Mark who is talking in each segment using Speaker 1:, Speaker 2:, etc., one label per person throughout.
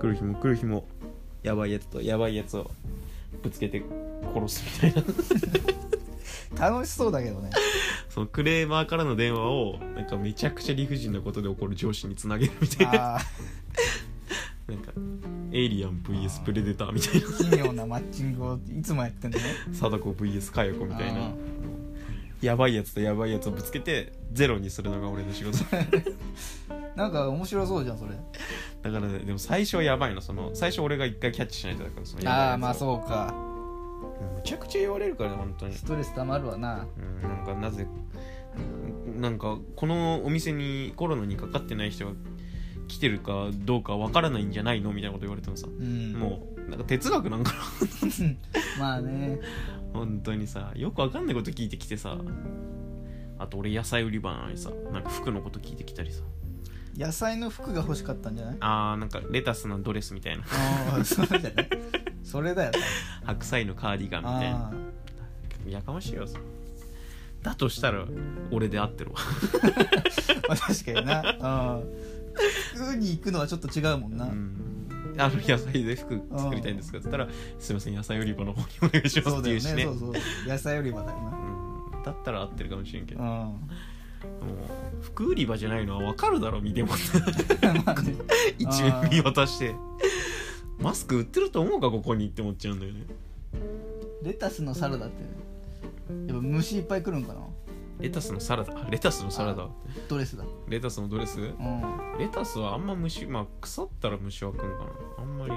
Speaker 1: 来る日も
Speaker 2: やばいやつとやばいやつをぶつけて殺すみたいな
Speaker 3: 楽しそうだけど ね
Speaker 2: そのクレーマーからの電話をなんかめちゃくちゃ理不尽なことで起こる上司につなげるみたいな
Speaker 3: ああ
Speaker 2: なんかエイリアン VS プレデターみたいな
Speaker 3: 奇妙なマッチングをいつもやってんだね
Speaker 2: 貞子 VS 佳代子みたい
Speaker 3: あ
Speaker 2: な
Speaker 3: ー
Speaker 2: やばいやつとやばいやつをぶつけてゼロにするのが俺の仕 事だ
Speaker 3: なんか面白そうじゃんそれ
Speaker 2: からねでも最初はやばいのその最初俺が一回キャッチしないとだからそのやばいやつ
Speaker 3: あ
Speaker 2: を
Speaker 3: あまあそう
Speaker 2: う
Speaker 3: か
Speaker 2: んむちゃくちゃ言われるからね本当に
Speaker 3: ストレスたまるわな
Speaker 2: うんなんかなぜなんかこのお店にコロナにかかってない人が来てるかどうかわからないんじゃないのみたいなこと言われてもさ、
Speaker 3: うん
Speaker 2: もうなんか哲学なんかな
Speaker 3: まあね
Speaker 2: 本当にさよくわかんないこと聞いてきてさあと俺野菜売り場なのにさなんか服のこと聞いてきたりさ
Speaker 3: 野菜の服が欲しかったんじゃない
Speaker 2: あーなんかレタスのドレスみたいな
Speaker 3: あ あそうじゃないそれだよ
Speaker 2: 白菜のカーディガンみたい
Speaker 3: あ
Speaker 2: なやかましいよそれだとしたら俺で合ってるわ
Speaker 3: あまあ確かになうん服に行くのはちょっと違うもんな、
Speaker 2: うん、あの野菜で服作りたいんですかって言ったら「すいません野菜売り場の方にお願いしま
Speaker 3: そ
Speaker 2: す」
Speaker 3: う
Speaker 2: って
Speaker 3: だよ
Speaker 2: 言う
Speaker 3: ね
Speaker 2: しね
Speaker 3: そうそう野菜売り場だよ
Speaker 2: うんだったら合ってるかもしれんけど、も
Speaker 3: なうん
Speaker 2: う服売り場じゃないのは分かるだろ見ても
Speaker 3: まあね
Speaker 2: 一面見渡してマスク売ってると思うかここにって思っちゃうんだよね
Speaker 3: レタスのサラダってやっぱ虫いっぱい来るんかな
Speaker 2: レタスのサラダあレタスのサラダ
Speaker 3: ドレスだ
Speaker 2: レタスのドレス
Speaker 3: うん
Speaker 2: レタスはあんま虫まあ腐ったら虫は食うんかなあんまり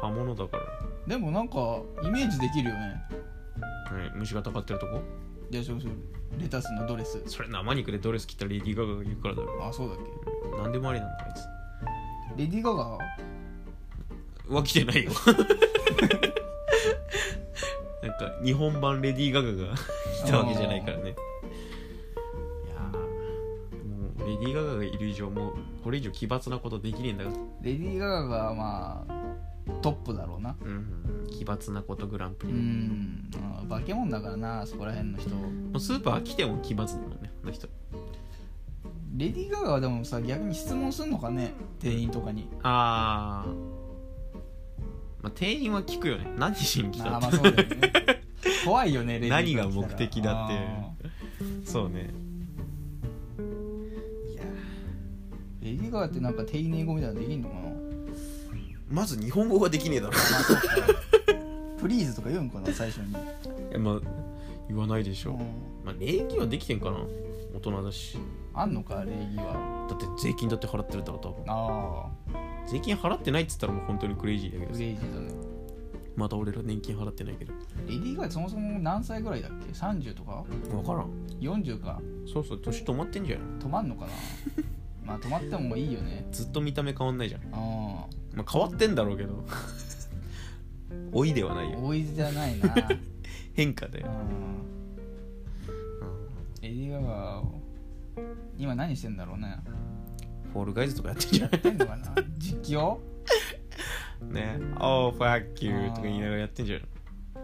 Speaker 2: 葉物だから、
Speaker 3: でもなんかイメージできるよね
Speaker 2: ね虫がたかってるとこ
Speaker 3: でそうそうレタスのドレス
Speaker 2: それ生肉でドレス着たレディー・ガガが言うからだろ
Speaker 3: あそうだっ
Speaker 2: 何でもありなんだあいつ
Speaker 3: けレディー・ガガ
Speaker 2: は来てないよ なんか日本版レディー・ガガが来たわけじゃないからねいやーもうレディー・ガガがいる以上もうこれ以上奇抜なことできねえんだから
Speaker 3: レディー・ガガがまあトップだろうな
Speaker 2: うん奇抜なことグランプ
Speaker 3: う
Speaker 2: リ、
Speaker 3: んあ化け物だからなそこら辺の人
Speaker 2: もうスーパー来ても奇抜だもんねあの人
Speaker 3: レディー・ガガはでもさ逆に質問すんのかね店員とかに
Speaker 2: あーまあ店員は聞くよね何しに来
Speaker 3: あ
Speaker 2: た
Speaker 3: あ
Speaker 2: っ
Speaker 3: まあ
Speaker 2: て、
Speaker 3: そうだよね怖いよねレディー・ガガ来たら
Speaker 2: 何が目的だっていう
Speaker 3: あー
Speaker 2: そうね
Speaker 3: いやレディー・ガガってなんか丁寧語みたいなのできんのかな
Speaker 2: まず日本語ができねえだろ
Speaker 3: まあそうかプリーズとか言うんかな最初に、
Speaker 2: まあ言わないでし
Speaker 3: う
Speaker 2: ょ、
Speaker 3: ん、
Speaker 2: まあ、礼儀はできてんかな大人だし
Speaker 3: あんのか礼儀は
Speaker 2: だって税金だって払ってるだろ多分
Speaker 3: ああ
Speaker 2: 税金払ってないっつったらもう本当にクレイジーだけ
Speaker 3: ク
Speaker 2: ど
Speaker 3: レイジーだね
Speaker 2: また俺ら年金払ってないけど
Speaker 3: レディー・ガガそもそも何歳ぐらいだっけ30とか
Speaker 2: 分からん
Speaker 3: 40か
Speaker 2: そうそう年止まってんじゃん
Speaker 3: 止まん のかなまあ止まってもいいよね
Speaker 2: ずっと見た目変わんないじゃん、
Speaker 3: うん
Speaker 2: まあ、変わってんだろうけど 老いではないよ
Speaker 3: 大いじゃな いな
Speaker 2: 変化だ
Speaker 3: う
Speaker 2: よ、
Speaker 3: ん
Speaker 2: うん
Speaker 3: レディー・ガガは今何してんだろうね
Speaker 2: フォールガイズとかやってんじゃ
Speaker 3: やってんのかな実況
Speaker 2: ん ねお h fuck you とか言いながらやってんじゃん
Speaker 3: レ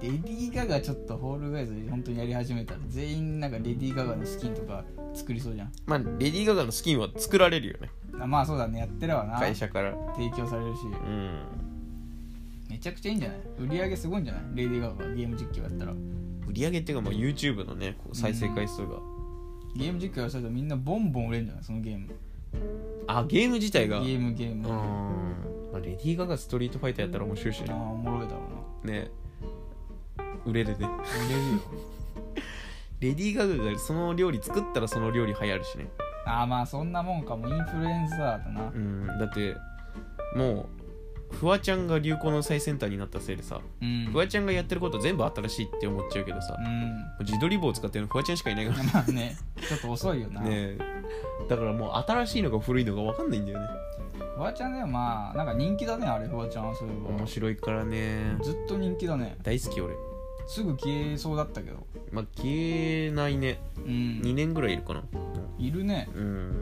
Speaker 3: ディー・ガガちょっとホールガイズ本当にやり始めたら全員なんかレディー・ガガのスキンとか作りそうじゃん
Speaker 2: まあレディー・ガガのスキンは作られるよね
Speaker 3: あまあそうだねやってるわな
Speaker 2: 会社から
Speaker 3: 提供されるし
Speaker 2: うん
Speaker 3: めちゃくちゃいいんじゃない売り上げすごいんじゃないレディー・ガガがゲーム実況やったら
Speaker 2: 売り上げっていうか、まあ、YouTube のねこう再生回数が、
Speaker 3: ゲーム実況やったらみんなボンボン売れるんじゃないそのゲーム
Speaker 2: あゲーム自体
Speaker 3: ゲ
Speaker 2: が
Speaker 3: ームゲーム、
Speaker 2: う
Speaker 3: あ
Speaker 2: んまあ、レディー・ガガストリートファイターやったら面白いし
Speaker 3: あ
Speaker 2: ね
Speaker 3: おもろいだろ
Speaker 2: ね売れるね
Speaker 3: うな売れるよ
Speaker 2: レディー・ガガがその料理作ったらその料理流行るしね
Speaker 3: ああまあそんなもんかもインフルエンサーだな
Speaker 2: うんだってもうフワちゃんが流行の最先端になったせいでさ
Speaker 3: うん
Speaker 2: フワちゃんがやってること全部新しいって思っちゃうけどさ
Speaker 3: う、ん
Speaker 2: 自撮り棒を使ってるのフワちゃんしかいないから
Speaker 3: まあねちょっと遅いよな、
Speaker 2: ねだからもう新しいのか古いのか分かんないんだよね
Speaker 3: フワちゃんねまあなんか人気だねあれフワちゃんはそういえ
Speaker 2: 面白いからね
Speaker 3: ばずっと人気だね
Speaker 2: 大好き俺
Speaker 3: すぐ消えそうだったけど
Speaker 2: まあ消えないね
Speaker 3: う
Speaker 2: 2
Speaker 3: ん
Speaker 2: 年ぐらいいるかない
Speaker 3: るね
Speaker 2: うん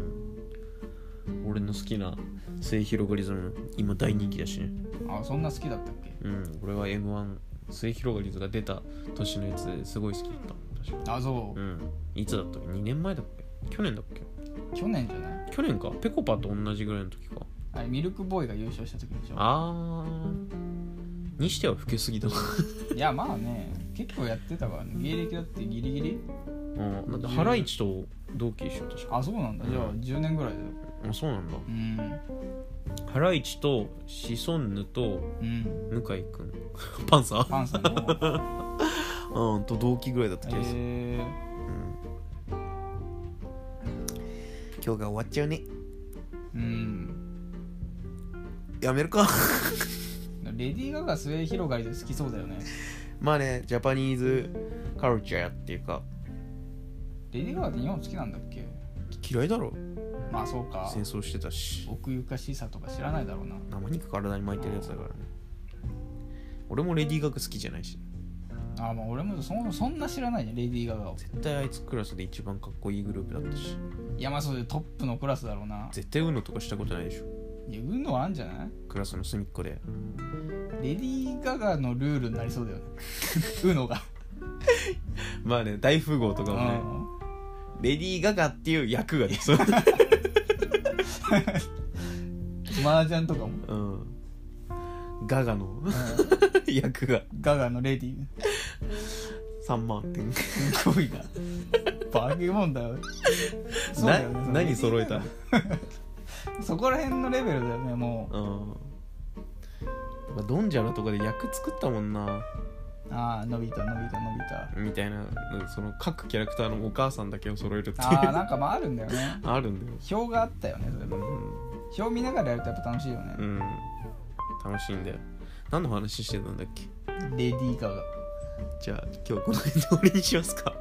Speaker 2: 俺の好きな末広がりズム今大人気だしね
Speaker 3: あそんな好きだったっけ
Speaker 2: うん俺は m 1末広がりズが出た年のやつですごい好きだった確か
Speaker 3: あそう、
Speaker 2: うんいつだったっけ2年前だっけ去年だっけ
Speaker 3: 去年じゃない
Speaker 2: 去年かぺこぱと同じぐらいの時か
Speaker 3: あれミルクボーイが優勝した時でしょ
Speaker 2: あーにしては老けすぎ だな
Speaker 3: いやまあね結構やってたからね芸歴だってギリギリ
Speaker 2: うんだってハライチと同期でしょ確か
Speaker 3: あそうなんだじゃあ10年ぐらいだよ
Speaker 2: あそうなんだ
Speaker 3: うん
Speaker 2: ハライチとシソンヌと
Speaker 3: うん
Speaker 2: 向井くん パンサー
Speaker 3: パンさんの
Speaker 2: うんと同期ぐらいだった
Speaker 3: えー、
Speaker 2: 今日が終わっちゃうね
Speaker 3: うん
Speaker 2: やめるか
Speaker 3: レディー・ガガ末広がりで好きそうだよね
Speaker 2: まあねジャパニーズカルチャーっていうか
Speaker 3: レディー・ガガって日本好きなんだっけ
Speaker 2: 嫌いだろ
Speaker 3: まあそうか
Speaker 2: 戦争してたし
Speaker 3: 奥ゆかしさとか知らないだろうな
Speaker 2: 生肉体に巻いてるやつだからね俺もレディー・ガガ好きじゃないし
Speaker 3: あまあ俺もそもそもそんな知らないねレディー・ガガを
Speaker 2: 絶対あいつクラスで一番かっこいいグループだったし
Speaker 3: いやまあそうだよトップのクラスだろうな
Speaker 2: 絶対 UNO とかしたことないでしょ
Speaker 3: いや運のはあんじゃない
Speaker 2: クラスの隅っこで
Speaker 3: レディー・ガガのルールになりそうだよね ウノが、
Speaker 2: まあね大富豪とかもね
Speaker 3: う
Speaker 2: レディー・ガガっていう役が出そう
Speaker 3: ん、マージャンとかも、
Speaker 2: うんガガの 役が
Speaker 3: ガガのレディー
Speaker 2: 3万 点
Speaker 3: すごいなバケモンだよそうだよね
Speaker 2: な何揃えた
Speaker 3: そこら辺のレベルだよねも
Speaker 2: うんまあドンジャラとかで役作ったもんな
Speaker 3: うああ伸びた伸びた伸びた
Speaker 2: みたいなその各キャラクターのお母さんだけを揃える っていう
Speaker 3: ああな
Speaker 2: あ
Speaker 3: んかまああるんだよね
Speaker 2: るんだよ
Speaker 3: 表があったよねそれ
Speaker 2: う
Speaker 3: も
Speaker 2: ん、
Speaker 3: 表見ながらやるとやっぱ楽しいよね、
Speaker 2: うん、楽しいんだよ何の話してたんだっけ
Speaker 3: レディー・ガガ
Speaker 2: じゃあ今日はこの辺で終わりにしますか